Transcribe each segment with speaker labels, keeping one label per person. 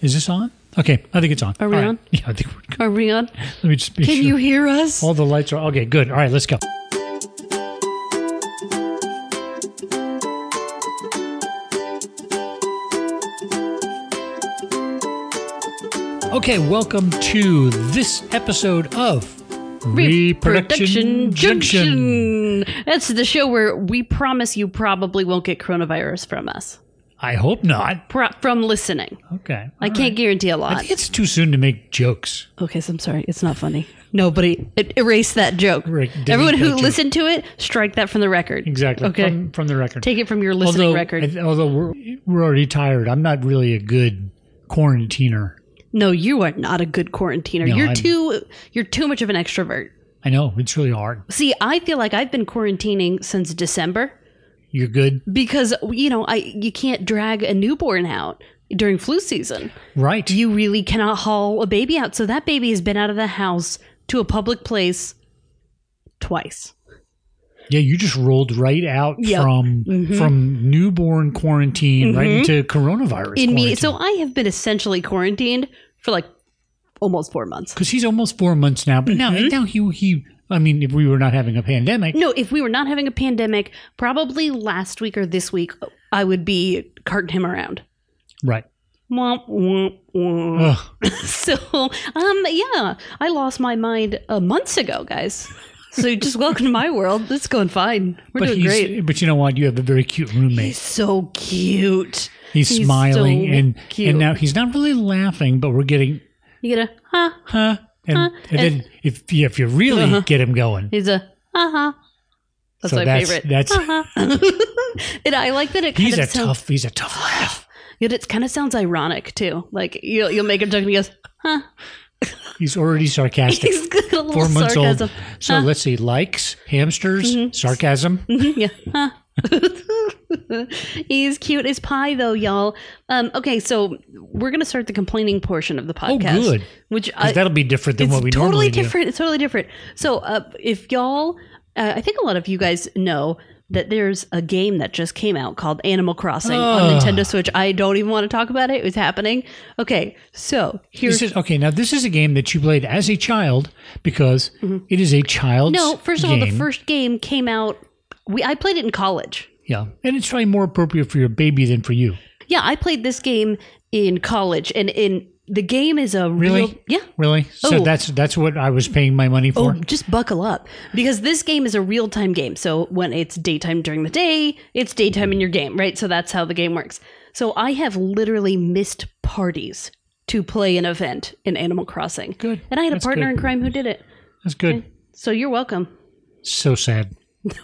Speaker 1: Is this on? Okay, I think it's on.
Speaker 2: Are we
Speaker 1: All right.
Speaker 2: on?
Speaker 1: Yeah, I think we're good.
Speaker 2: Are we on?
Speaker 1: Let me just be
Speaker 2: Oh, Can
Speaker 1: sure.
Speaker 2: you hear us?
Speaker 1: All the lights are okay. Good. All right, let's go. Okay, welcome to this episode of
Speaker 2: Reproduction Junction. That's the show where we promise you probably won't get coronavirus from us,
Speaker 1: I hope not.
Speaker 2: Pro- from listening.
Speaker 1: Okay.
Speaker 2: I can't guarantee a
Speaker 1: I
Speaker 2: lot.
Speaker 1: think it's too soon to make jokes.
Speaker 2: Okay, so I'm sorry. It's not funny. Nobody e- erase that joke.
Speaker 1: Right, delete
Speaker 2: Everyone who
Speaker 1: that joke.
Speaker 2: listened to it, strike that from the record.
Speaker 1: Exactly.
Speaker 2: Okay.
Speaker 1: From, from the record.
Speaker 2: Take it from your listening
Speaker 1: although,
Speaker 2: record.
Speaker 1: I- although we're, we're already tired. I'm not really a good quarantiner.
Speaker 2: no, you are not a good quarantiner.
Speaker 1: No,
Speaker 2: you're
Speaker 1: I'm-
Speaker 2: too you're too much of an extrovert.
Speaker 1: I know it's really hard.
Speaker 2: See, I feel like I've been quarantining since December.
Speaker 1: You're good,
Speaker 2: because you know I you can't drag a newborn out during flu season.
Speaker 1: right?
Speaker 2: You really cannot haul a baby out. So that baby has been out of the house to a public place twice.
Speaker 1: yeah, you just rolled right out
Speaker 2: Yep. Mm-hmm.
Speaker 1: from from newborn quarantine right into coronavirus.
Speaker 2: In
Speaker 1: quarantine.
Speaker 2: me, Mm-hmm. so I have been essentially quarantined for like almost four months.
Speaker 1: because he's almost four months now, but now
Speaker 2: Mm-hmm.
Speaker 1: now he he. I mean, if we were not having a pandemic,
Speaker 2: No, if we were not having a pandemic, probably last week or this week, I would be carting him around.
Speaker 1: right?
Speaker 2: Womp, womp, womp.
Speaker 1: Ugh.
Speaker 2: So, um, yeah, I lost my mind uh, months ago, guys. So you're just welcome to my world. It's going fine. We're
Speaker 1: But
Speaker 2: doing
Speaker 1: he's
Speaker 2: great.
Speaker 1: but you know what? You have a very cute roommate.
Speaker 2: He's so cute.
Speaker 1: He's,
Speaker 2: he's
Speaker 1: smiling
Speaker 2: so
Speaker 1: and
Speaker 2: cute.
Speaker 1: and now he's not really laughing, but we're getting
Speaker 2: You get a huh? Uh-huh.
Speaker 1: huh. And, and, then if you- if you really get him going,
Speaker 2: He's a uh huh. That's
Speaker 1: So
Speaker 2: my
Speaker 1: that's-
Speaker 2: favorite.
Speaker 1: that's-
Speaker 2: uh-huh. and I like that it kind
Speaker 1: he's
Speaker 2: of
Speaker 1: a
Speaker 2: sounds.
Speaker 1: tough he's a tough laugh.
Speaker 2: Yet it kind of sounds ironic too. Like you'll you'll make a joke and he goes, huh?
Speaker 1: He's already sarcastic.
Speaker 2: He's got a little
Speaker 1: four months
Speaker 2: sarcasm. Mm-hmm.
Speaker 1: old. So let's see, likes, hamsters, sarcasm.
Speaker 2: yeah. Huh. He's cute as pie, though, y'all. Um, okay, so we're gonna start the complaining portion of the podcast.
Speaker 1: Oh, good.
Speaker 2: Which
Speaker 1: 'Cause
Speaker 2: I,
Speaker 1: that'll be different than
Speaker 2: it's
Speaker 1: what we normally
Speaker 2: totally
Speaker 1: do.
Speaker 2: different. It's totally different. So, uh, if y'all, uh, I think a lot of you guys know that there's a game that just came out called Animal Crossing on
Speaker 1: Ugh.
Speaker 2: Nintendo Switch. I don't even want to talk about it. It was happening. Okay, so here's
Speaker 1: This is okay. Now this is a game that you played as a child because it is a child's
Speaker 2: Mm-hmm. no. First of all, the
Speaker 1: game.
Speaker 2: first game came out. We I played it in college.
Speaker 1: yeah, and it's probably more appropriate for your baby than for you.
Speaker 2: Yeah, I played this game in college, and in the game is a
Speaker 1: Really?
Speaker 2: real yeah.
Speaker 1: Really? So
Speaker 2: Oh.
Speaker 1: that's that's what I was paying my money
Speaker 2: Oh,
Speaker 1: for.
Speaker 2: just buckle up because this game is a real time game. So when it's daytime during the day, it's daytime in your game, right? So that's how the game works. So I have literally missed parties to play an event in Animal Crossing.
Speaker 1: Good.
Speaker 2: And I had a
Speaker 1: That's
Speaker 2: partner
Speaker 1: good.
Speaker 2: in crime who did it.
Speaker 1: That's good.
Speaker 2: So you're welcome.
Speaker 1: So sad.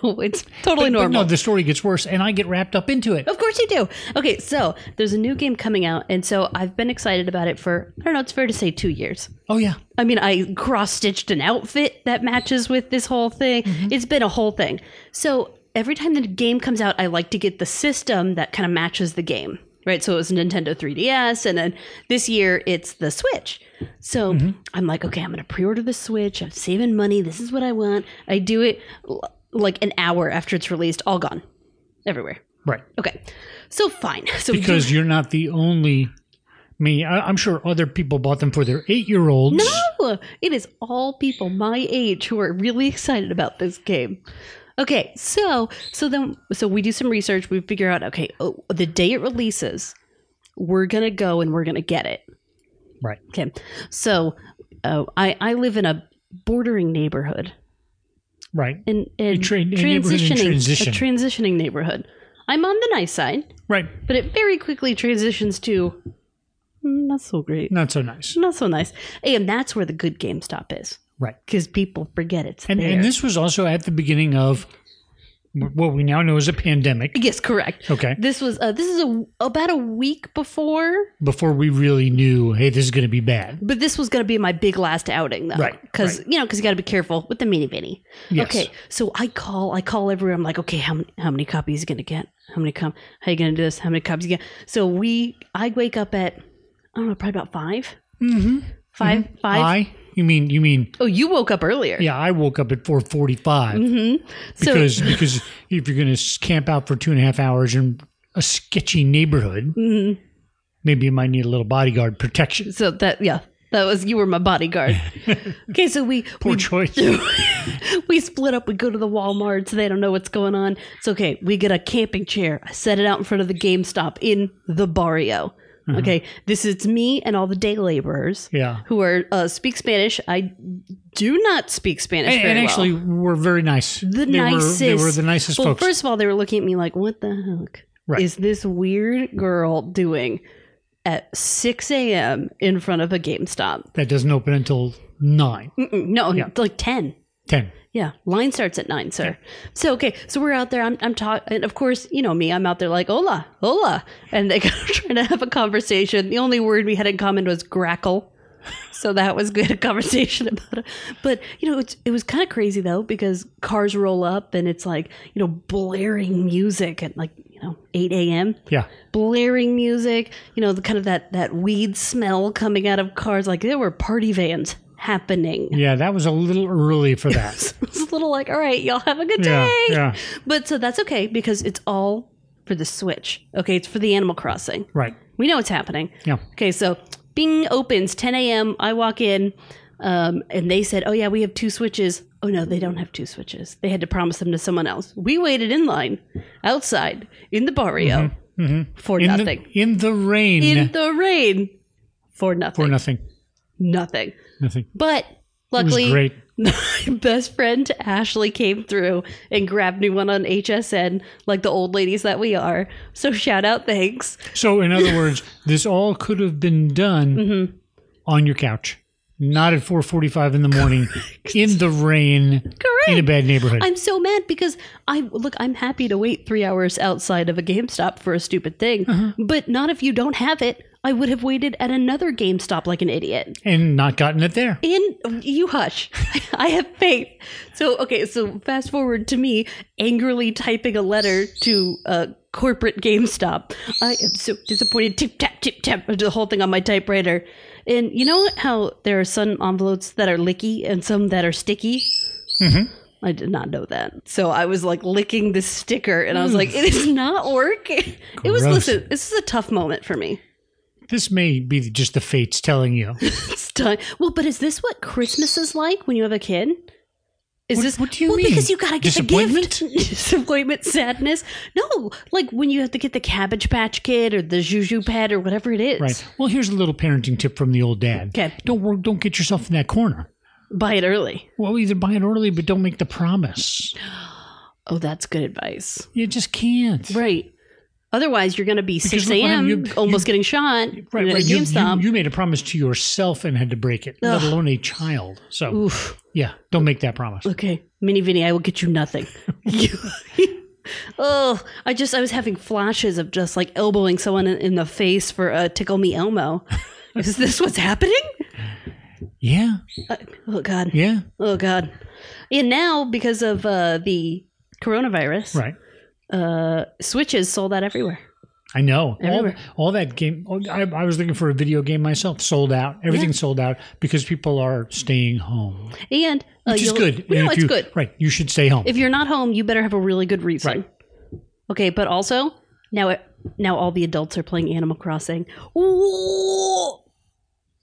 Speaker 2: No, it's totally
Speaker 1: But
Speaker 2: normal. Oh.
Speaker 1: no, the story gets worse, and I get wrapped up into it.
Speaker 2: Of course you do. Okay, so there's a new game coming out, and so I've been excited about it for I don't know. It's fair to say two years.
Speaker 1: Oh yeah,
Speaker 2: I mean, I cross stitched an outfit that matches with this whole thing. It's been a whole thing. So every time the game comes out, I like to get the system that kind of matches the game, right? So it was Nintendo 3DS, and then this year it's the Switch. So I'm like, okay, I'm going to pre order the Switch. I'm saving money. This is what I want. I do it l- like an hour after it's released, all gone everywhere.
Speaker 1: right.
Speaker 2: Okay. So fine. So we do-
Speaker 1: Because you're not the only. I mean, I, I'm sure other people bought them for their eight-year-olds.
Speaker 2: No, Oh, it is all people my age who are really excited about this game. Okay, so so then so we do some research. We figure out okay, oh, the day it releases, we're gonna go and we're gonna get it.
Speaker 1: Right.
Speaker 2: Okay, so uh, I I live in a bordering neighborhood
Speaker 1: Right.
Speaker 2: and and
Speaker 1: tra- a neighborhood in
Speaker 2: transitioning
Speaker 1: transition.
Speaker 2: a transitioning neighborhood. I'm on the nice side,
Speaker 1: Right.
Speaker 2: but it very quickly transitions to mm, not so great,
Speaker 1: Not so nice.
Speaker 2: not so nice, and that's where the good GameStop is
Speaker 1: Right.
Speaker 2: because people forget it's
Speaker 1: And,
Speaker 2: there.
Speaker 1: and this was also at the beginning of what we now know as a pandemic.
Speaker 2: yes, correct.
Speaker 1: Okay.
Speaker 2: This was uh, this is a, about a week before,
Speaker 1: Before we really knew, hey, this is going to be bad.
Speaker 2: but this was going to be my big last outing though,
Speaker 1: Right,
Speaker 2: Because you know, because you got to be careful with the mini vinny.
Speaker 1: Yes.
Speaker 2: Okay, so I call, I call everywhere. I'm like, okay, how many, how many copies you gonna get? How many come? How you gonna do this? How many copies you get? So we, I wake up at, I don't know, probably about 5 Mm-hmm. 5 five.
Speaker 1: I? You mean, you mean,
Speaker 2: oh, you woke up earlier.
Speaker 1: yeah, I woke up at 445
Speaker 2: Mm-hmm. So-
Speaker 1: because, because
Speaker 2: Mm-hmm.
Speaker 1: if you're going to camp out for two and a half hours in a sketchy neighborhood, maybe you might need a little bodyguard protection.
Speaker 2: So that yeah, that was you were my bodyguard. okay, so we
Speaker 1: Poor
Speaker 2: we,
Speaker 1: choice.
Speaker 2: we split up. We go to the Walmarts. They don't know what's going on. It's okay. We get a camping chair. I set it out in front of the GameStop in the barrio.
Speaker 1: Mm-hmm.
Speaker 2: Okay, this is me and all the day laborers
Speaker 1: Yeah.
Speaker 2: who are uh, speak Spanish. I do not speak Spanish.
Speaker 1: And,
Speaker 2: very
Speaker 1: and
Speaker 2: well.
Speaker 1: actually, were very nice. they
Speaker 2: the nicest.
Speaker 1: Were, they were the nicest
Speaker 2: well,
Speaker 1: folks.
Speaker 2: first of all, they were looking at me like, "What the heck
Speaker 1: Right.
Speaker 2: is this weird girl doing at 6 a.m. in front of a GameStop?"
Speaker 1: that doesn't open until nine,
Speaker 2: Mm-mm, no,
Speaker 1: Yeah.
Speaker 2: it's like 10.
Speaker 1: ten.
Speaker 2: Yeah, line starts at 9, sir. So, okay, so we're out there. I'm, I'm talking, and of course, you know me, I'm out there like, hola, hola. And they kind of trying to have a conversation. The only word we had in common was grackle. So that was good a conversation about it. But, you know, it's, it was kind of crazy though, because cars roll up and it's like, you know, blaring music at like, you know, 8 a.m
Speaker 1: Yeah.
Speaker 2: blaring music, you know, the kind of that that weed smell coming out of cars. Like there were party vans happening.
Speaker 1: Yeah. That was a little early for that.
Speaker 2: It's a little like, all right, y'all have a good
Speaker 1: Yeah,
Speaker 2: day.
Speaker 1: yeah.
Speaker 2: But so that's okay because it's all for the Switch. Okay, it's for the Animal Crossing.
Speaker 1: right.
Speaker 2: We know it's happening.
Speaker 1: Yeah.
Speaker 2: Okay, so Bing opens 10 a.m. I walk in, um, and they said, "Oh yeah, we have two switches." Oh no, they don't have two switches. They had to promise them to someone else. We waited in line outside in the barrio for
Speaker 1: Mm-hmm. In
Speaker 2: nothing.
Speaker 1: the in the rain
Speaker 2: in the rain for nothing.
Speaker 1: for nothing.
Speaker 2: nothing.
Speaker 1: Nothing. It
Speaker 2: But
Speaker 1: was
Speaker 2: luckily,
Speaker 1: great.
Speaker 2: my best friend Ashley came through and grabbed me one on HSN, like the old ladies that we are. So shout out, thanks.
Speaker 1: So, in other words, this all could have been done
Speaker 2: Mm-hmm.
Speaker 1: on your couch, not at 4:45 in the morning, in the rain, in a bad neighborhood.
Speaker 2: I'm so mad because I look. I'm happy to wait three hours outside of a GameStop for a stupid thing, but not if you don't have it. I would have waited at another GameStop like an idiot.
Speaker 1: and not gotten it there.
Speaker 2: in you hush i have faith so okay so fast forward to me angrily typing a letter to uh corporate gamestop i am so disappointed tip tap tip tap I do the whole thing on my typewriter and you know how there are some envelopes that are licky and some that are sticky I did not know that. So I was like licking this sticker and I was like, it is not working. It was,
Speaker 1: Gross.
Speaker 2: listen, this is a tough moment for me.
Speaker 1: This may be just the fates telling you.
Speaker 2: It's done. Well, but is this what Christmas is like when you have a kid? Is
Speaker 1: What-
Speaker 2: this
Speaker 1: what do you
Speaker 2: well,
Speaker 1: mean?
Speaker 2: Because you gotta get the gift.
Speaker 1: Disappointment?
Speaker 2: Disappointment, sadness. No, like when you have to get the Cabbage Patch Kid or the Juju Pet or whatever it is.
Speaker 1: Right. Well, here's a little parenting tip from the old dad.
Speaker 2: Okay.
Speaker 1: Don't work, don't get yourself in that corner.
Speaker 2: Buy it early.
Speaker 1: Well, either buy it early, but don't make the promise.
Speaker 2: Oh, that's good advice.
Speaker 1: You just can't.
Speaker 2: Right. Otherwise, you're gonna be six
Speaker 1: look what
Speaker 2: a.m.
Speaker 1: happened. You-
Speaker 2: almost getting shot.
Speaker 1: Right,
Speaker 2: at
Speaker 1: right. You, you,
Speaker 2: GameStop.
Speaker 1: you made a promise to yourself and had to break it, let alone a child. So,
Speaker 2: Oof.
Speaker 1: yeah, don't make that promise.
Speaker 2: Okay, Mini Vinny, I will get you nothing. oh, I just I was having flashes of just like elbowing someone in, in the face for a tickle me Elmo. Is this what's happening?
Speaker 1: Yeah,
Speaker 2: Uh, oh God.
Speaker 1: yeah,
Speaker 2: Oh God. And now because of uh, the coronavirus,
Speaker 1: right.
Speaker 2: uh, switches sold out everywhere.
Speaker 1: I know all,
Speaker 2: Everywhere.
Speaker 1: all that game. all- I, I was looking for a video game myself. Sold out. Everything sold out because people are staying home,
Speaker 2: And uh,
Speaker 1: which is
Speaker 2: you'll-
Speaker 1: good.
Speaker 2: No,
Speaker 1: And if
Speaker 2: it's
Speaker 1: you-
Speaker 2: good.
Speaker 1: Right, you should stay home.
Speaker 2: If you're not home, you better have a really good reason.
Speaker 1: Right.
Speaker 2: Okay, but also now it, now all the adults are playing Animal Crossing. Ooh.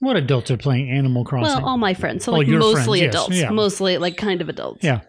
Speaker 1: what adults are playing Animal Crossing?
Speaker 2: Well, all my friends. So
Speaker 1: Oh,
Speaker 2: like
Speaker 1: your friends,
Speaker 2: mostly
Speaker 1: yes,
Speaker 2: adults.
Speaker 1: yeah.
Speaker 2: Mostly like kind of adults.
Speaker 1: yeah,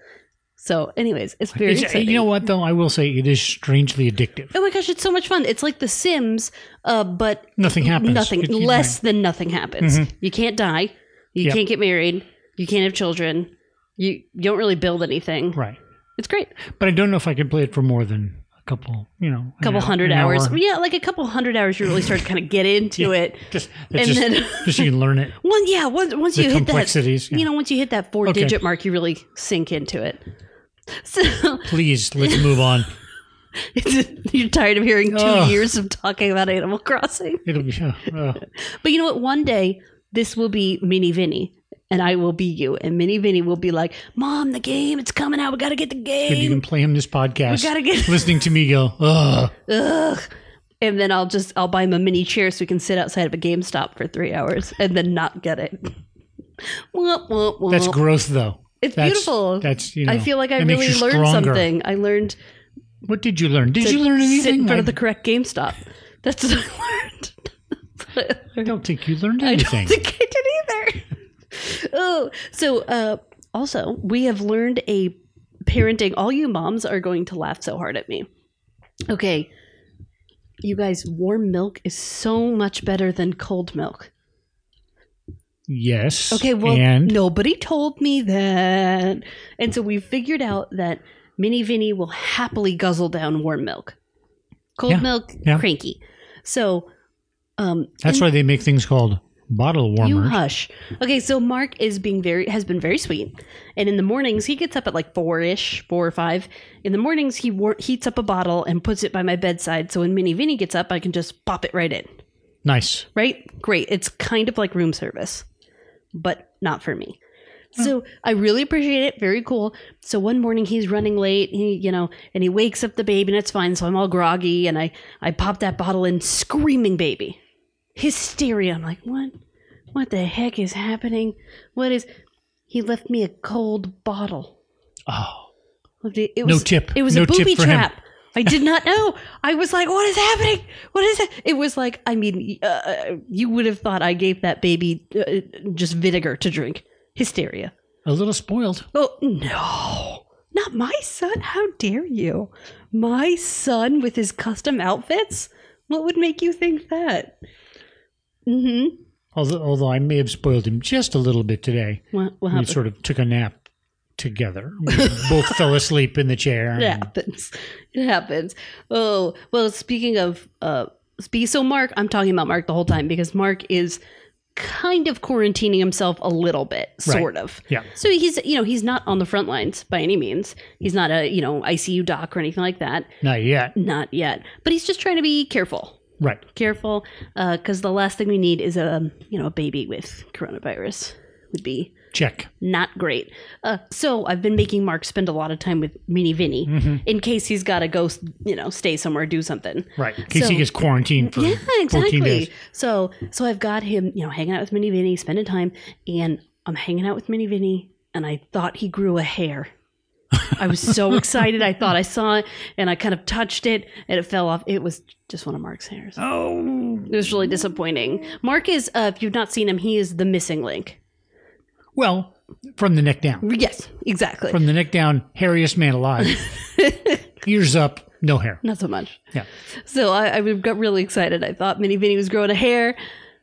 Speaker 2: So anyways, it's very
Speaker 1: It's-
Speaker 2: exciting.
Speaker 1: you know what though? I will say it is strangely addictive.
Speaker 2: oh my gosh, it's so much fun. It's like The Sims, uh, but
Speaker 1: Nothing happens.
Speaker 2: nothing
Speaker 1: It- it-
Speaker 2: less than nothing happens. You can't die. You
Speaker 1: Yep.
Speaker 2: can't get married. You can't have children. You, you don't really build anything.
Speaker 1: Right,
Speaker 2: It's great. A
Speaker 1: but I don't know if I could play it for more than a couple. You know, a
Speaker 2: couple hundred hours. Yeah, like a couple hundred hours you really start to kind of get into it.
Speaker 1: Just,
Speaker 2: And
Speaker 1: it's just,
Speaker 2: then-
Speaker 1: just so you can learn it.
Speaker 2: One yeah, once once you hit that
Speaker 1: complexities, yeah.
Speaker 2: you know, once you hit that four digit mark, you really sink into it. So
Speaker 1: Please, let's move on.
Speaker 2: You're tired of hearing two
Speaker 1: Ugh.
Speaker 2: years of talking about Animal Crossing.
Speaker 1: It'll be. Uh, uh,
Speaker 2: But you know what? One day this will be Mini Vinny. And I will be you. And Mini Vinny will be like, Mom, the game, it's coming out. We got to get the
Speaker 1: you
Speaker 2: game.
Speaker 1: can play him this podcast.
Speaker 2: gotta get-
Speaker 1: listening to me go. Ugh.
Speaker 2: Ugh. And then I'll just, I'll buy him a mini chair so we can sit outside of a GameStop for three hours and then not get it. Womp, womp, womp.
Speaker 1: That's growth, though.
Speaker 2: It's
Speaker 1: That's-
Speaker 2: beautiful.
Speaker 1: That's you know.
Speaker 2: I feel like I
Speaker 1: that makes
Speaker 2: really
Speaker 1: you
Speaker 2: learned
Speaker 1: stronger.
Speaker 2: something. I learned
Speaker 1: What did you learn? Did
Speaker 2: to
Speaker 1: you learn
Speaker 2: sit in
Speaker 1: anything?
Speaker 2: front of
Speaker 1: I-
Speaker 2: the correct GameStop. That's what I learned.
Speaker 1: I don't think you learned anything.
Speaker 2: think I did either. oh, so uh, also we have learned a parenting. All you moms are going to laugh so hard at me. Okay, you guys, warm milk is so much better than cold milk.
Speaker 1: Yes.
Speaker 2: Okay, well,
Speaker 1: and
Speaker 2: nobody told me that, and so we figured out that Mini Vinny will happily guzzle down warm milk. Cold
Speaker 1: Yeah,
Speaker 2: milk,
Speaker 1: yeah.
Speaker 2: cranky. So, um,
Speaker 1: that's why they make things called bottle
Speaker 2: You
Speaker 1: warmers.
Speaker 2: hush. Okay, so Mark is being very has been very sweet, and in the mornings he gets up at like four ish, four or five. In the mornings he war- heats up a bottle and puts it by my bedside, so when Minnie Vinny gets up, I can just pop it right in.
Speaker 1: nice.
Speaker 2: Right? Great. It's kind of like room service, but not for me. So I really appreciate it. Very cool. So one morning he's running late, he, you know, and he wakes up the baby, and it's fine. So I'm all groggy, and I I pop that bottle in, screaming baby, hysteria. I'm like, what? What the heck is happening? What is? He left me a cold bottle.
Speaker 1: Oh,
Speaker 2: Of the- It
Speaker 1: No
Speaker 2: was,
Speaker 1: tip.
Speaker 2: It was
Speaker 1: No
Speaker 2: a
Speaker 1: tip
Speaker 2: booby
Speaker 1: for him.
Speaker 2: trap. I did not know. I was like, "What is happening? What is it?" It was like, I mean, uh, you would have thought I gave that baby uh, just vinegar to drink. Hysteria.
Speaker 1: a little spoiled.
Speaker 2: Oh no, not my son! How dare you? My son with his custom outfits. What would make you think that? Hmm.
Speaker 1: Although, although I may have spoiled him just a little bit today.
Speaker 2: What,
Speaker 1: We
Speaker 2: what happened?
Speaker 1: sort of took a nap together. We both fell asleep in the chair. and-
Speaker 2: It happens. It happens. Oh well. Speaking of uh, spe- so Mark, I'm talking about Mark the whole time because Mark is kind of quarantining himself a little bit, sort of.
Speaker 1: Yeah.
Speaker 2: So he's you know he's not on the front lines by any means. He's not a you know ICU doc or anything like that.
Speaker 1: Not yet.
Speaker 2: Not yet. But he's just trying to be careful.
Speaker 1: Right.
Speaker 2: Careful, because the last thing we need is a you know a baby with coronavirus would be
Speaker 1: Check.
Speaker 2: not great. Uh, so I've been making Mark spend a lot of time with Mini Vinny in case he's got to go, s- you know, stay somewhere, do something.
Speaker 1: Mm-hmm. Right. In case
Speaker 2: So-
Speaker 1: he gets quarantined for
Speaker 2: Yeah,
Speaker 1: 14 days.
Speaker 2: exactly. So, so I've got him, you know, hanging out with Mini Vinny, spending time, and I'm hanging out with Mini Vinny, and I thought he grew a hair. I was so excited. I thought I saw it, and I kind of touched it, and it fell off. It was just one of Mark's hairs.
Speaker 1: Oh.
Speaker 2: It was really disappointing. Mark is, uh, if you've not seen him, he is the missing link.
Speaker 1: Well, from the neck down.
Speaker 2: Yes, exactly.
Speaker 1: From the neck down, hairiest man alive. Ears up, no hair.
Speaker 2: Not so much.
Speaker 1: Yeah.
Speaker 2: So I, I got really excited. I thought Minnie Vinny was growing a hair.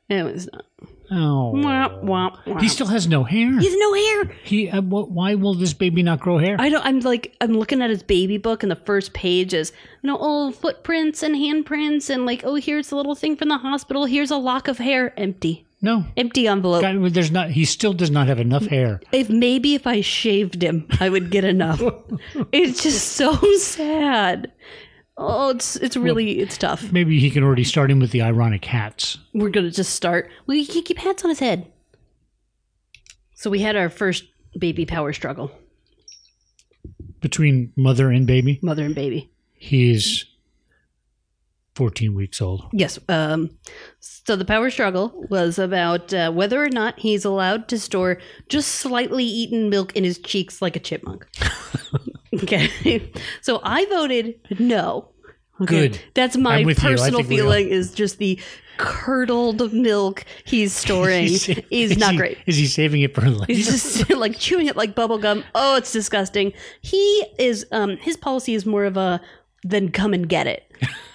Speaker 2: And it was not.
Speaker 1: Oh.
Speaker 2: Womp, womp, womp.
Speaker 1: He still has no hair.
Speaker 2: He has no hair.
Speaker 1: He. Uh, wh- why will this baby not grow hair?
Speaker 2: I don't. I'm like I'm looking at his baby book, and the first page is you know old footprints and handprints, and like oh here's the little thing from the hospital. Here's a lock of hair, empty,
Speaker 1: no.
Speaker 2: empty envelope.
Speaker 1: God, there's not. He still does not have enough hair.
Speaker 2: If maybe if I shaved him, I would get enough. it's just so sad. Oh, it's it's really it's tough.
Speaker 1: Maybe he can already start him with the ironic hats.
Speaker 2: we're gonna just start. We can keep hats on his head. So we had our first baby power struggle,
Speaker 1: between mother and baby.
Speaker 2: mother and baby.
Speaker 1: He's 14 weeks old.
Speaker 2: Yes. Um, so the power struggle was about uh, whether or not he's allowed to store just slightly eaten milk in his cheeks like a chipmunk. okay. So I voted no. Okay.
Speaker 1: Good.
Speaker 2: That's my
Speaker 1: I'm with you. I
Speaker 2: personal
Speaker 1: think we all-
Speaker 2: feeling is just the curdled milk he's storing
Speaker 1: He's-
Speaker 2: is not
Speaker 1: he-
Speaker 2: great.
Speaker 1: Is he saving it for later?
Speaker 2: He's just like chewing it like bubble gum. Oh, it's disgusting. He is um his policy is more of a then come and get it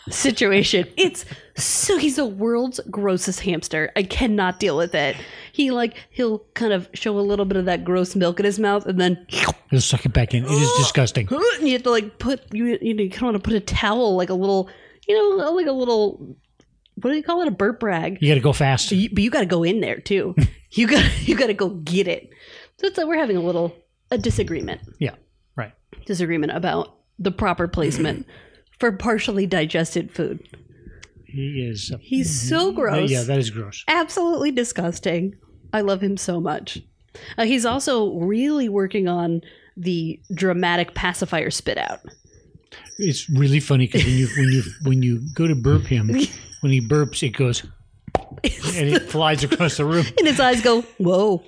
Speaker 2: situation. It's so he's the world's grossest hamster. I cannot deal with it. He like he'll kind of show a little bit of that gross milk in his mouth and then
Speaker 1: He'll suck it back in. It is disgusting.
Speaker 2: and you have to like put you you know you kind of want to put a towel like a little you know like a little what do you call it a burp rag
Speaker 1: You got to go fast.
Speaker 2: you, but you got to go in there too. you got you got to go get it. So it's like we're having a little a disagreement
Speaker 1: Yeah, right.
Speaker 2: disagreement about the proper placement for partially digested food.
Speaker 1: He is. uh,
Speaker 2: He's so gross.
Speaker 1: Mm-hmm. Yeah, that is gross.
Speaker 2: Absolutely disgusting. I love him so much. Uh, he's also really working on the dramatic pacifier spit out.
Speaker 1: It's really funny because when you when you when you go to burp him, when he burps, it goes and it flies across the room.
Speaker 2: And his eyes go, "Whoa."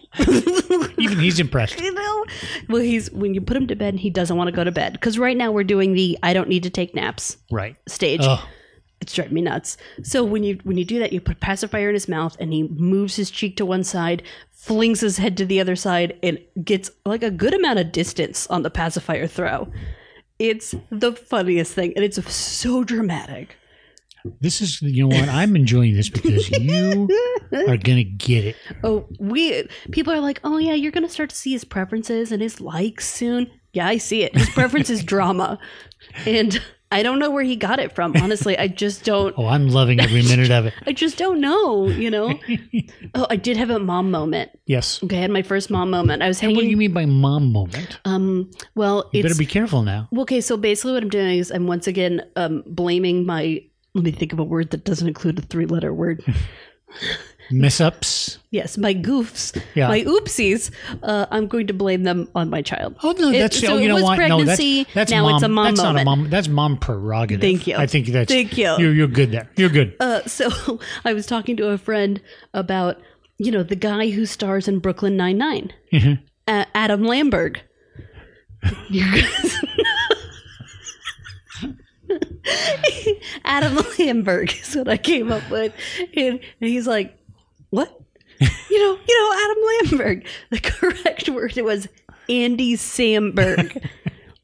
Speaker 1: Even he's impressed.
Speaker 2: you know well he's when you put him to bed he doesn't want to go to bed because right now we're doing the i don't need to take naps
Speaker 1: Right.
Speaker 2: stage
Speaker 1: Oh,
Speaker 2: It's driving me nuts. So when you when you do that, you put a pacifier in his mouth, and he moves his cheek to one side, flings his head to the other side, and gets like a good amount of distance on the pacifier throw. It's the funniest thing, and it's so dramatic.
Speaker 1: This is you know what I'm enjoying this because you are gonna get it.
Speaker 2: Oh, we people are like, oh yeah, you're gonna start to see his preferences and his likes soon. Yeah, I see it. His preference is drama, and I don't know where he got it from. Honestly, I just don't.
Speaker 1: Oh, I'm loving every minute of it.
Speaker 2: I just don't know. You know. oh, I did have a mom moment.
Speaker 1: Yes.
Speaker 2: Okay, I had my first mom moment. I was
Speaker 1: What do
Speaker 2: hanging.
Speaker 1: you mean by mom moment?
Speaker 2: um. Well,
Speaker 1: You
Speaker 2: it's
Speaker 1: better be careful now.
Speaker 2: okay. So basically, what I'm doing is I'm once again um blaming my. Let me think of a word that doesn't include a three-letter word.
Speaker 1: Miss ups.
Speaker 2: Yes, my goofs,
Speaker 1: Yeah.
Speaker 2: my oopsies. Uh, I'm going to blame them on my child.
Speaker 1: Oh no,
Speaker 2: It-
Speaker 1: that's
Speaker 2: so
Speaker 1: oh,
Speaker 2: it
Speaker 1: you know
Speaker 2: was
Speaker 1: what? no,
Speaker 2: pregnancy,
Speaker 1: that's that's
Speaker 2: now
Speaker 1: mom.
Speaker 2: it's a mom
Speaker 1: that's
Speaker 2: moment.
Speaker 1: not a mom. That's mom prerogative.
Speaker 2: Thank you.
Speaker 1: I think that's
Speaker 2: Thank you.
Speaker 1: You're, you're good there. You're good.
Speaker 2: Uh, so I was talking to a friend about you know the guy who stars in Brooklyn Nine Nine, uh, Adam Lamberg. You guys- Adam Lamberg is what I came up with, and, and he's like, "What? You know, you know, Adam Lamberg." The correct word was Andy Samberg.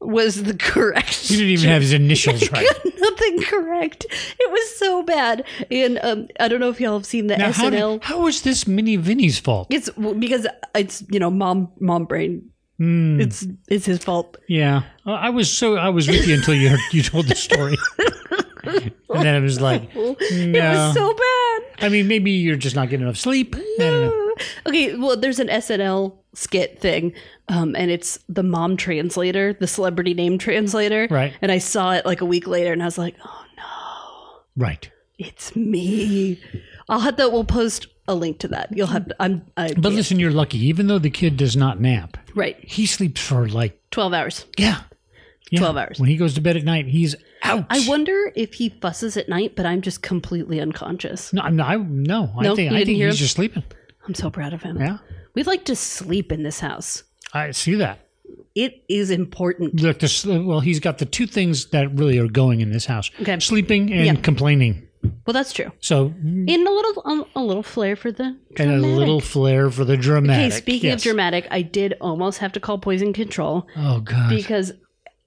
Speaker 2: Was the correct
Speaker 1: you didn't even have his initials right.
Speaker 2: nothing correct. It was so bad. And um, I don't know if y'all have seen the
Speaker 1: Now, how,
Speaker 2: SNL.
Speaker 1: did, how is this Minnie Vinny's fault?
Speaker 2: it's well, because it's you know mom mom brain.
Speaker 1: Hmm.
Speaker 2: It's it's his fault.
Speaker 1: Yeah, Uh, I was so I was with you until you heard, you told the story, and then it was like,
Speaker 2: It
Speaker 1: No.
Speaker 2: was so bad.
Speaker 1: I mean, maybe you're just not getting enough sleep. I don't know.
Speaker 2: Okay, well, there's an SNL skit thing, um, and it's the mom translator, the celebrity name translator.
Speaker 1: Right.
Speaker 2: And I saw it like a week later, and I was like, oh,
Speaker 1: Right,
Speaker 2: it's me. I'll have that. We'll post a link to that. You'll have. I'm. I,
Speaker 1: but listen, you're lucky. Even though the kid does not nap,
Speaker 2: right.
Speaker 1: he sleeps for like
Speaker 2: Twelve hours.
Speaker 1: yeah, Yeah.
Speaker 2: 12 hours.
Speaker 1: When he goes to bed at night, he's out.
Speaker 2: I wonder if he fusses at night, but I'm just completely unconscious.
Speaker 1: No, I'm not, I, no, I
Speaker 2: No?
Speaker 1: think,
Speaker 2: You
Speaker 1: I
Speaker 2: didn't
Speaker 1: think
Speaker 2: hear
Speaker 1: he's
Speaker 2: him?
Speaker 1: just sleeping.
Speaker 2: I'm so proud of him.
Speaker 1: Yeah,
Speaker 2: We like to sleep in this house.
Speaker 1: I see that.
Speaker 2: It is important.
Speaker 1: Look, this, well, he's got the two things that really are going in this house:
Speaker 2: Okay.
Speaker 1: sleeping and
Speaker 2: Yeah.
Speaker 1: complaining.
Speaker 2: Well, that's true.
Speaker 1: So,
Speaker 2: And a little, um, a, a little flair for the.
Speaker 1: and a little flair for the dramatic.
Speaker 2: Okay, speaking of
Speaker 1: Yes.
Speaker 2: dramatic, I did almost have to call poison control
Speaker 1: oh god,
Speaker 2: because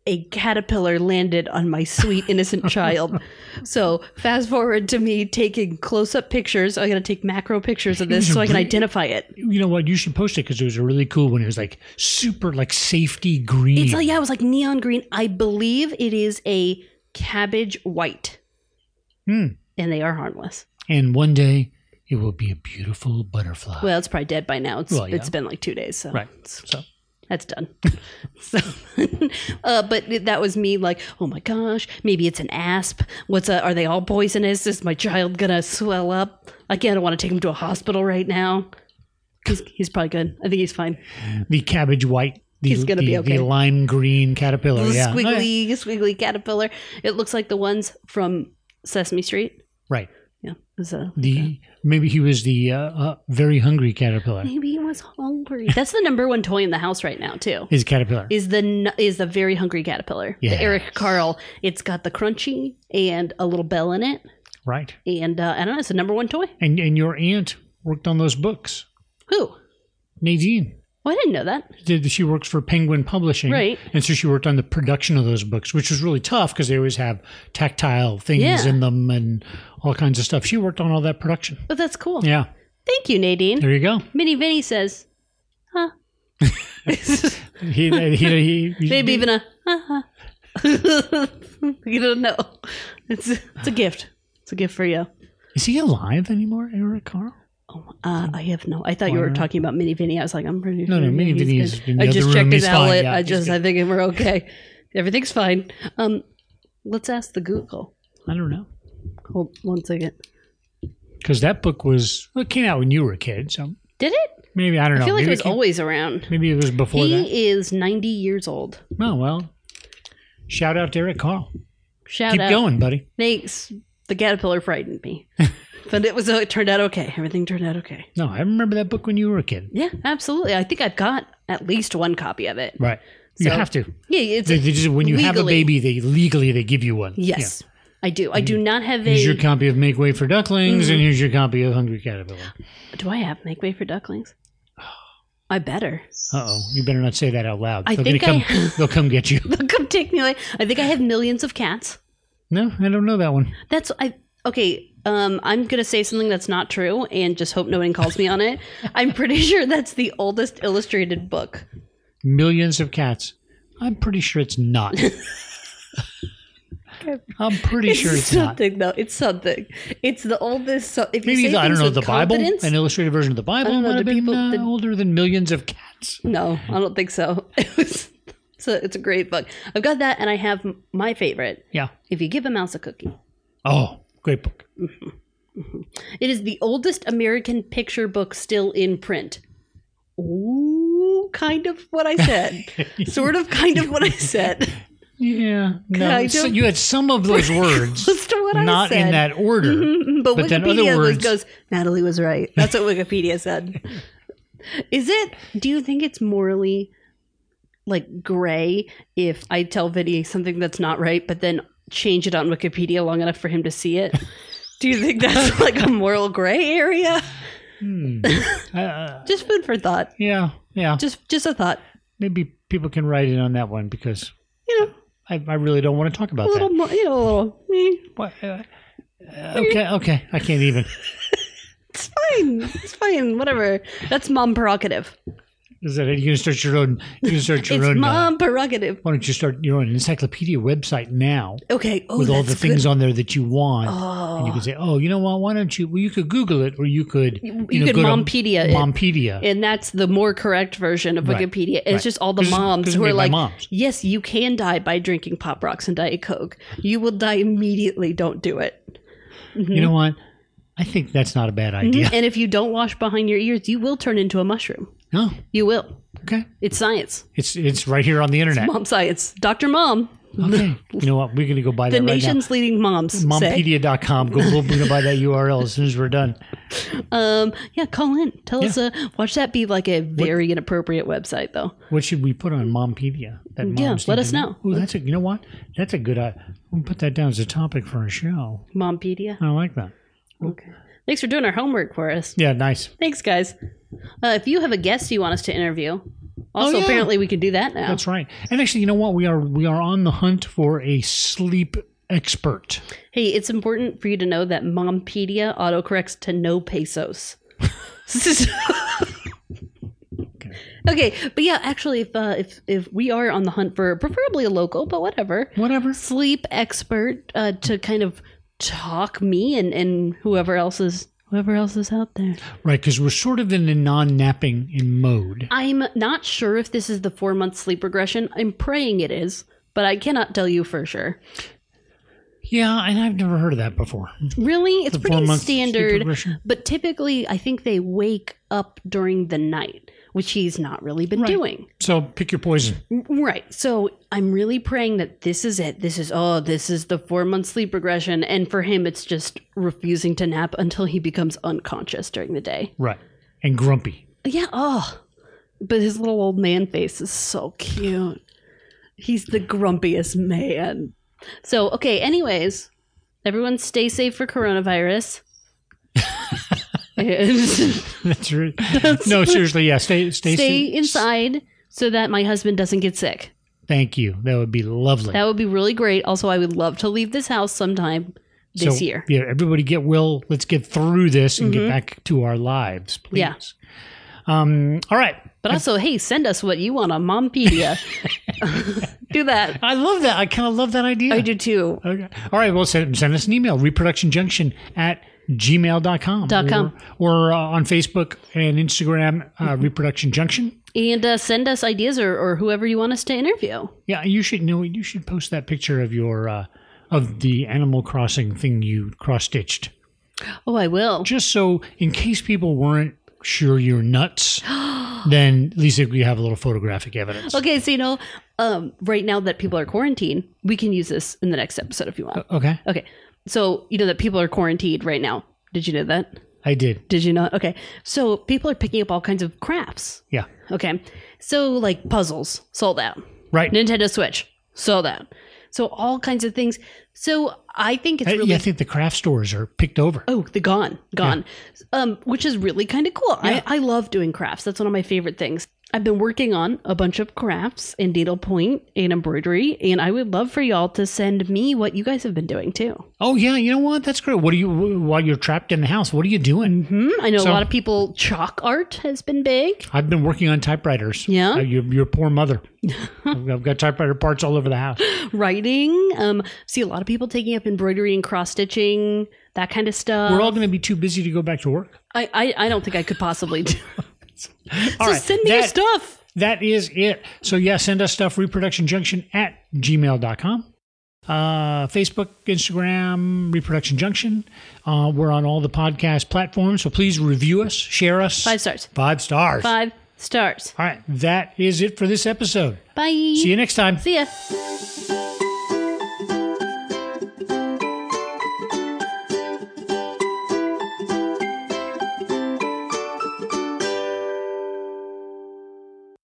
Speaker 2: a caterpillar landed on my sweet innocent child. So fast forward to me taking close-up pictures. I got to take macro pictures of this so I can identify it.
Speaker 1: you know what? You should post it because it was a really cool one. It was like super, like safety green.
Speaker 2: It's like yeah, it was like neon green. I believe it is a cabbage white,
Speaker 1: Hmm.
Speaker 2: and they are harmless.
Speaker 1: and one day it will be a beautiful butterfly.
Speaker 2: Well, it's probably dead by now. It's
Speaker 1: Well, yeah.
Speaker 2: it's been like two days, so
Speaker 1: right.
Speaker 2: it's-
Speaker 1: So
Speaker 2: that's done. so, uh, but it- that was me like, oh my gosh, maybe it's an asp. What's a, are they all poisonous? Is my child gonna swell up? Again, I want to take him to a hospital right now. He's, he's probably good. I think he's fine.
Speaker 1: the cabbage white. The,
Speaker 2: He's gonna
Speaker 1: the,
Speaker 2: be okay.
Speaker 1: The lime green caterpillar.
Speaker 2: Little
Speaker 1: Oh, Yeah. Okay.
Speaker 2: Squiggly, squiggly caterpillar. It looks like the ones from Sesame Street.
Speaker 1: Right.
Speaker 2: Yeah. it was a-
Speaker 1: The maybe he was the uh, uh, very hungry caterpillar.
Speaker 2: maybe he was hungry. That's the number one toy in the house right now, too.
Speaker 1: His caterpillar.
Speaker 2: is the n- is the very hungry caterpillar.
Speaker 1: Yes.
Speaker 2: The Eric Carl. It's got the crunchy and a little bell in it,
Speaker 1: right.
Speaker 2: and uh, I don't know. It's the number one toy.
Speaker 1: And and your aunt worked on those books.
Speaker 2: Who?
Speaker 1: Nadine.
Speaker 2: Well, I didn't know that.
Speaker 1: did she works for Penguin Publishing,
Speaker 2: Right.
Speaker 1: And so she worked on the production of those books, which was really tough because they always have tactile things
Speaker 2: Yeah.
Speaker 1: in them and all kinds of stuff. She worked on all that production.
Speaker 2: But Oh, that's cool.
Speaker 1: Yeah,
Speaker 2: Thank you, Nadine.
Speaker 1: there you go.
Speaker 2: Minnie Vinny says, "Huh."
Speaker 1: He, he, he, he-
Speaker 2: Maybe even a huh. huh." you don't know. It's it's a gift. It's a gift for you.
Speaker 1: is he alive anymore, Eric Carl?
Speaker 2: Oh, uh, I have no. I thought you were talking about Mini Vinny. I was like, I'm pretty.
Speaker 1: No, no,
Speaker 2: sure
Speaker 1: Mini
Speaker 2: he's
Speaker 1: Vinny
Speaker 2: good.
Speaker 1: is in the
Speaker 2: I
Speaker 1: other
Speaker 2: just
Speaker 1: room.
Speaker 2: checked his
Speaker 1: He's fine.
Speaker 2: outlet.
Speaker 1: Yeah,
Speaker 2: I
Speaker 1: he's
Speaker 2: just, I think we're okay. Everything's fine. Um, let's ask the Google.
Speaker 1: I don't know
Speaker 2: Hold one second.
Speaker 1: because that book was well, it came out when you were a kid, so
Speaker 2: Did it?
Speaker 1: maybe I don't know.
Speaker 2: I feel like
Speaker 1: maybe
Speaker 2: it was
Speaker 1: came-
Speaker 2: always around.
Speaker 1: Maybe it was before
Speaker 2: He
Speaker 1: that.
Speaker 2: is 90 years old.
Speaker 1: Oh well, shout out to Eric Carl.
Speaker 2: Shout
Speaker 1: Keep
Speaker 2: out.
Speaker 1: going, buddy.
Speaker 2: Thanks. The caterpillar frightened me, but it was. uh, It turned out okay. Everything turned out okay.
Speaker 1: No, I remember that book when you were a kid.
Speaker 2: Yeah, absolutely. I think I've got at least one copy of it.
Speaker 1: Right. You
Speaker 2: So-
Speaker 1: have to.
Speaker 2: Yeah, it's
Speaker 1: They, they just, when you have a
Speaker 2: Legally.
Speaker 1: baby, they legally they give you one.
Speaker 2: Yes. I do. I do not have a.
Speaker 1: Here's Mm-hmm. your copy of Make Way for Ducklings,
Speaker 2: Mm-hmm.
Speaker 1: and here's your copy of Hungry Caterpillar.
Speaker 2: do I have Make Way for Ducklings? I better.
Speaker 1: Uh oh, you better not say that out loud.
Speaker 2: I
Speaker 1: they're gonna
Speaker 2: think I-
Speaker 1: come. they'll come get you.
Speaker 2: Come take me away. I think I have millions of cats.
Speaker 1: No, I don't know that one.
Speaker 2: That's I okay. Um, I'm gonna say something that's not true, and just hope no one calls me on it. I'm pretty sure that's the oldest illustrated book.
Speaker 1: Millions of cats. I'm pretty sure it's not. I'm pretty sure it's not.
Speaker 2: something though. It's something. It's the oldest. So if you
Speaker 1: Maybe
Speaker 2: say
Speaker 1: I don't
Speaker 2: things
Speaker 1: know
Speaker 2: with
Speaker 1: the Bible,
Speaker 2: confidence-
Speaker 1: an illustrated version of the Bible
Speaker 2: know,
Speaker 1: might
Speaker 2: do
Speaker 1: have been
Speaker 2: people-
Speaker 1: uh,
Speaker 2: did-
Speaker 1: older than millions of cats.
Speaker 2: No, I don't think so. It was. It's a, it's a great book. I've got that, and I have m- my favorite.
Speaker 1: Yeah.
Speaker 2: If you give a mouse a cookie,
Speaker 1: Oh, great book.
Speaker 2: it is the oldest American picture book still in print. Ooh, kind of what I said. sort of, kind of what I said.
Speaker 1: Yeah, no,
Speaker 2: Kind
Speaker 1: so
Speaker 2: of.
Speaker 1: you had some of those words,
Speaker 2: Close to what I
Speaker 1: not
Speaker 2: said.
Speaker 1: in that order.
Speaker 2: Mm, but,
Speaker 1: But then other
Speaker 2: Wikipedia
Speaker 1: words-
Speaker 2: goes, Natalie was right. That's what Wikipedia said. Is it, do you think it's morally like gray if I tell Vinny something that's not right, but then change it on Wikipedia long enough for him to see it? Do you think that's like a moral gray area? Mm-hmm.
Speaker 1: Hmm. Uh,
Speaker 2: Just food for thought.
Speaker 1: yeah, yeah.
Speaker 2: Just, just a thought.
Speaker 1: Maybe people can write in on that one because
Speaker 2: You know,
Speaker 1: I, I really don't want to talk about
Speaker 2: a little
Speaker 1: that.
Speaker 2: more, you know, a little. eh,
Speaker 1: What, uh, okay, okay, I can't even.
Speaker 2: It's fine. It's fine. Whatever. That's mom prerogative.
Speaker 1: Is that it? You gonna start your own? You gonna start your
Speaker 2: it's
Speaker 1: own? uh,
Speaker 2: mom prerogative.
Speaker 1: why don't you start your own encyclopedia website now
Speaker 2: Okay. Oh,
Speaker 1: with all the
Speaker 2: that's good.
Speaker 1: things on there that you want?
Speaker 2: Oh.
Speaker 1: And you could say, oh, you know what? Why don't you? Well, you could Google it, or you could you,
Speaker 2: you
Speaker 1: know,
Speaker 2: could
Speaker 1: go to
Speaker 2: Mompedia it.
Speaker 1: Mompedia.
Speaker 2: and that's the more correct version of
Speaker 1: Right.
Speaker 2: Wikipedia. It's
Speaker 1: Right.
Speaker 2: just all the
Speaker 1: This is-
Speaker 2: moms
Speaker 1: this is
Speaker 2: who are
Speaker 1: made by
Speaker 2: like,
Speaker 1: moms.
Speaker 2: "Yes, you can die by drinking Pop Rocks and Diet Coke. You will die immediately. Don't do it.
Speaker 1: You
Speaker 2: Mm-hmm.
Speaker 1: know what? I think that's not a bad idea.
Speaker 2: And if you don't wash behind your ears, you will turn into a mushroom.
Speaker 1: No,
Speaker 2: You will.
Speaker 1: okay.
Speaker 2: It's science.
Speaker 1: It's it's right here on the internet.
Speaker 2: Mom science. Dr. Mom,
Speaker 1: Okay. You know what? We're gonna go buy
Speaker 2: the
Speaker 1: that right now.
Speaker 2: nation's leading moms. Say.
Speaker 1: Mompedia.com. Go, go, we're gonna buy that URL as soon as we're done.
Speaker 2: Um, yeah, call in. Tell us. Uh, watch that be like a very inappropriate website, though.
Speaker 1: What should we put on Mompedia? That
Speaker 2: Yeah,
Speaker 1: moms
Speaker 2: let
Speaker 1: need
Speaker 2: us
Speaker 1: to
Speaker 2: know.
Speaker 1: Ooh, that's a, you know what? That's a good. Uh, we'll put that down as a topic for a show.
Speaker 2: Mompedia.
Speaker 1: I like that.
Speaker 2: Okay. Thanks for doing our homework for us.
Speaker 1: Yeah, nice.
Speaker 2: Thanks, guys. Uh, if you have a guest you want us to interview, also
Speaker 1: yeah.
Speaker 2: apparently we can do that now.
Speaker 1: That's right. And actually, you know what? We are we are on the hunt for a sleep expert.
Speaker 2: hey, it's important for you to know that Mompedia autocorrects to no pesos. okay, but yeah, actually, if uh, if if we are on the hunt for preferably a local, but whatever,
Speaker 1: Whatever.
Speaker 2: sleep expert uh, to kind of talk me and and whoever else is whoever else is out there.
Speaker 1: Right, because we're sort of in a non-napping in mode.
Speaker 2: I'm not sure if this is the four month sleep regression. I'm praying it is, but I cannot tell you for sure.
Speaker 1: Yeah, and I've never heard of that before.
Speaker 2: Really? It's
Speaker 1: The
Speaker 2: pretty
Speaker 1: four-month sleep
Speaker 2: standard.
Speaker 1: regression.
Speaker 2: But typically, I think they wake up during the night, which he's not really been doing.
Speaker 1: So pick your poison.
Speaker 2: Right. So I'm really praying that this is it. This is, oh, this is the four month sleep regression. And for him, it's just refusing to nap until he becomes unconscious during the day.
Speaker 1: Right. And grumpy.
Speaker 2: Yeah. Oh, but his little old man face is so cute. He's the grumpiest man. So, okay. Anyways, everyone stay safe for coronavirus. and
Speaker 1: That's right. no, seriously, yeah. Stay, stay,
Speaker 2: stay
Speaker 1: s-
Speaker 2: inside so that my husband doesn't get sick.
Speaker 1: Thank you. That would be lovely.
Speaker 2: That would be really great. Also, I would love to leave this house sometime this
Speaker 1: So,
Speaker 2: year. Mm-hmm.
Speaker 1: Yeah, everybody get well. Let's get through this and get back to our lives, please.
Speaker 2: Yeah.
Speaker 1: Um, all right.
Speaker 2: But also, hey, send us what you want on Mompedia. do that.
Speaker 1: I love that. I kind of love that idea.
Speaker 2: I do too.
Speaker 1: Okay. All right. Well, send, send us an email, reproductionjunction at gmail.com.
Speaker 2: Dot com.
Speaker 1: Or, or uh, on Facebook and Instagram, uh, Reproduction Junction.
Speaker 2: And uh, send us ideas or, or whoever you want us to interview.
Speaker 1: Yeah, you should know. You should post that picture of your uh, of the Animal Crossing thing you cross stitched,
Speaker 2: Oh, I will.
Speaker 1: just so in case people weren't sure you're nuts. then at least we have a little photographic evidence.
Speaker 2: Okay, so you know, um, right now that people are quarantined, we can use this in the next episode if you want.
Speaker 1: Okay,
Speaker 2: Okay, so you know that people are quarantined right now. Did you know that?
Speaker 1: I did.
Speaker 2: Did you not? Okay, so people are picking up all kinds of crafts.
Speaker 1: Yeah,
Speaker 2: Okay, so like puzzles sold out.
Speaker 1: right.
Speaker 2: Nintendo Switch sold out. So all kinds of things. So I think it's
Speaker 1: I,
Speaker 2: really
Speaker 1: yeah, I think the craft stores are picked over.
Speaker 2: Oh, the gone, gone, um, which is really kind of cool. I, I love doing crafts. That's one of my favorite things. I've been working on a bunch of crafts and needlepoint and embroidery, and I would love for y'all to send me what you guys have been doing too.
Speaker 1: Oh yeah, you know what? That's great. What are you wh- while you're trapped in the house? What are you doing?
Speaker 2: Hmm? I know
Speaker 1: Mm-hmm. So-
Speaker 2: a lot of people. Chalk art has been big.
Speaker 1: I've been working on typewriters.
Speaker 2: Yeah?
Speaker 1: Uh, your, your poor mother. I've I've got typewriter parts all over the house.
Speaker 2: Writing. Um, see a lot of people taking up embroidery and cross stitching, that kind of stuff.
Speaker 1: We're all going to be too busy to go back to work.
Speaker 2: I, I I don't think I could possibly do.
Speaker 1: All
Speaker 2: so
Speaker 1: right,
Speaker 2: send me your
Speaker 1: that-
Speaker 2: stuff.
Speaker 1: That is it. So yeah, send us stuff. Reproductionjunction at gmail.com. Uh, Facebook, Instagram, Reproduction Junction. Uh, we're on all the podcast platforms. So please review us, share us.
Speaker 2: Five stars.
Speaker 1: Five stars.
Speaker 2: Five stars.
Speaker 1: All right. That is it for this episode.
Speaker 2: Bye.
Speaker 1: See you next time.
Speaker 2: See ya.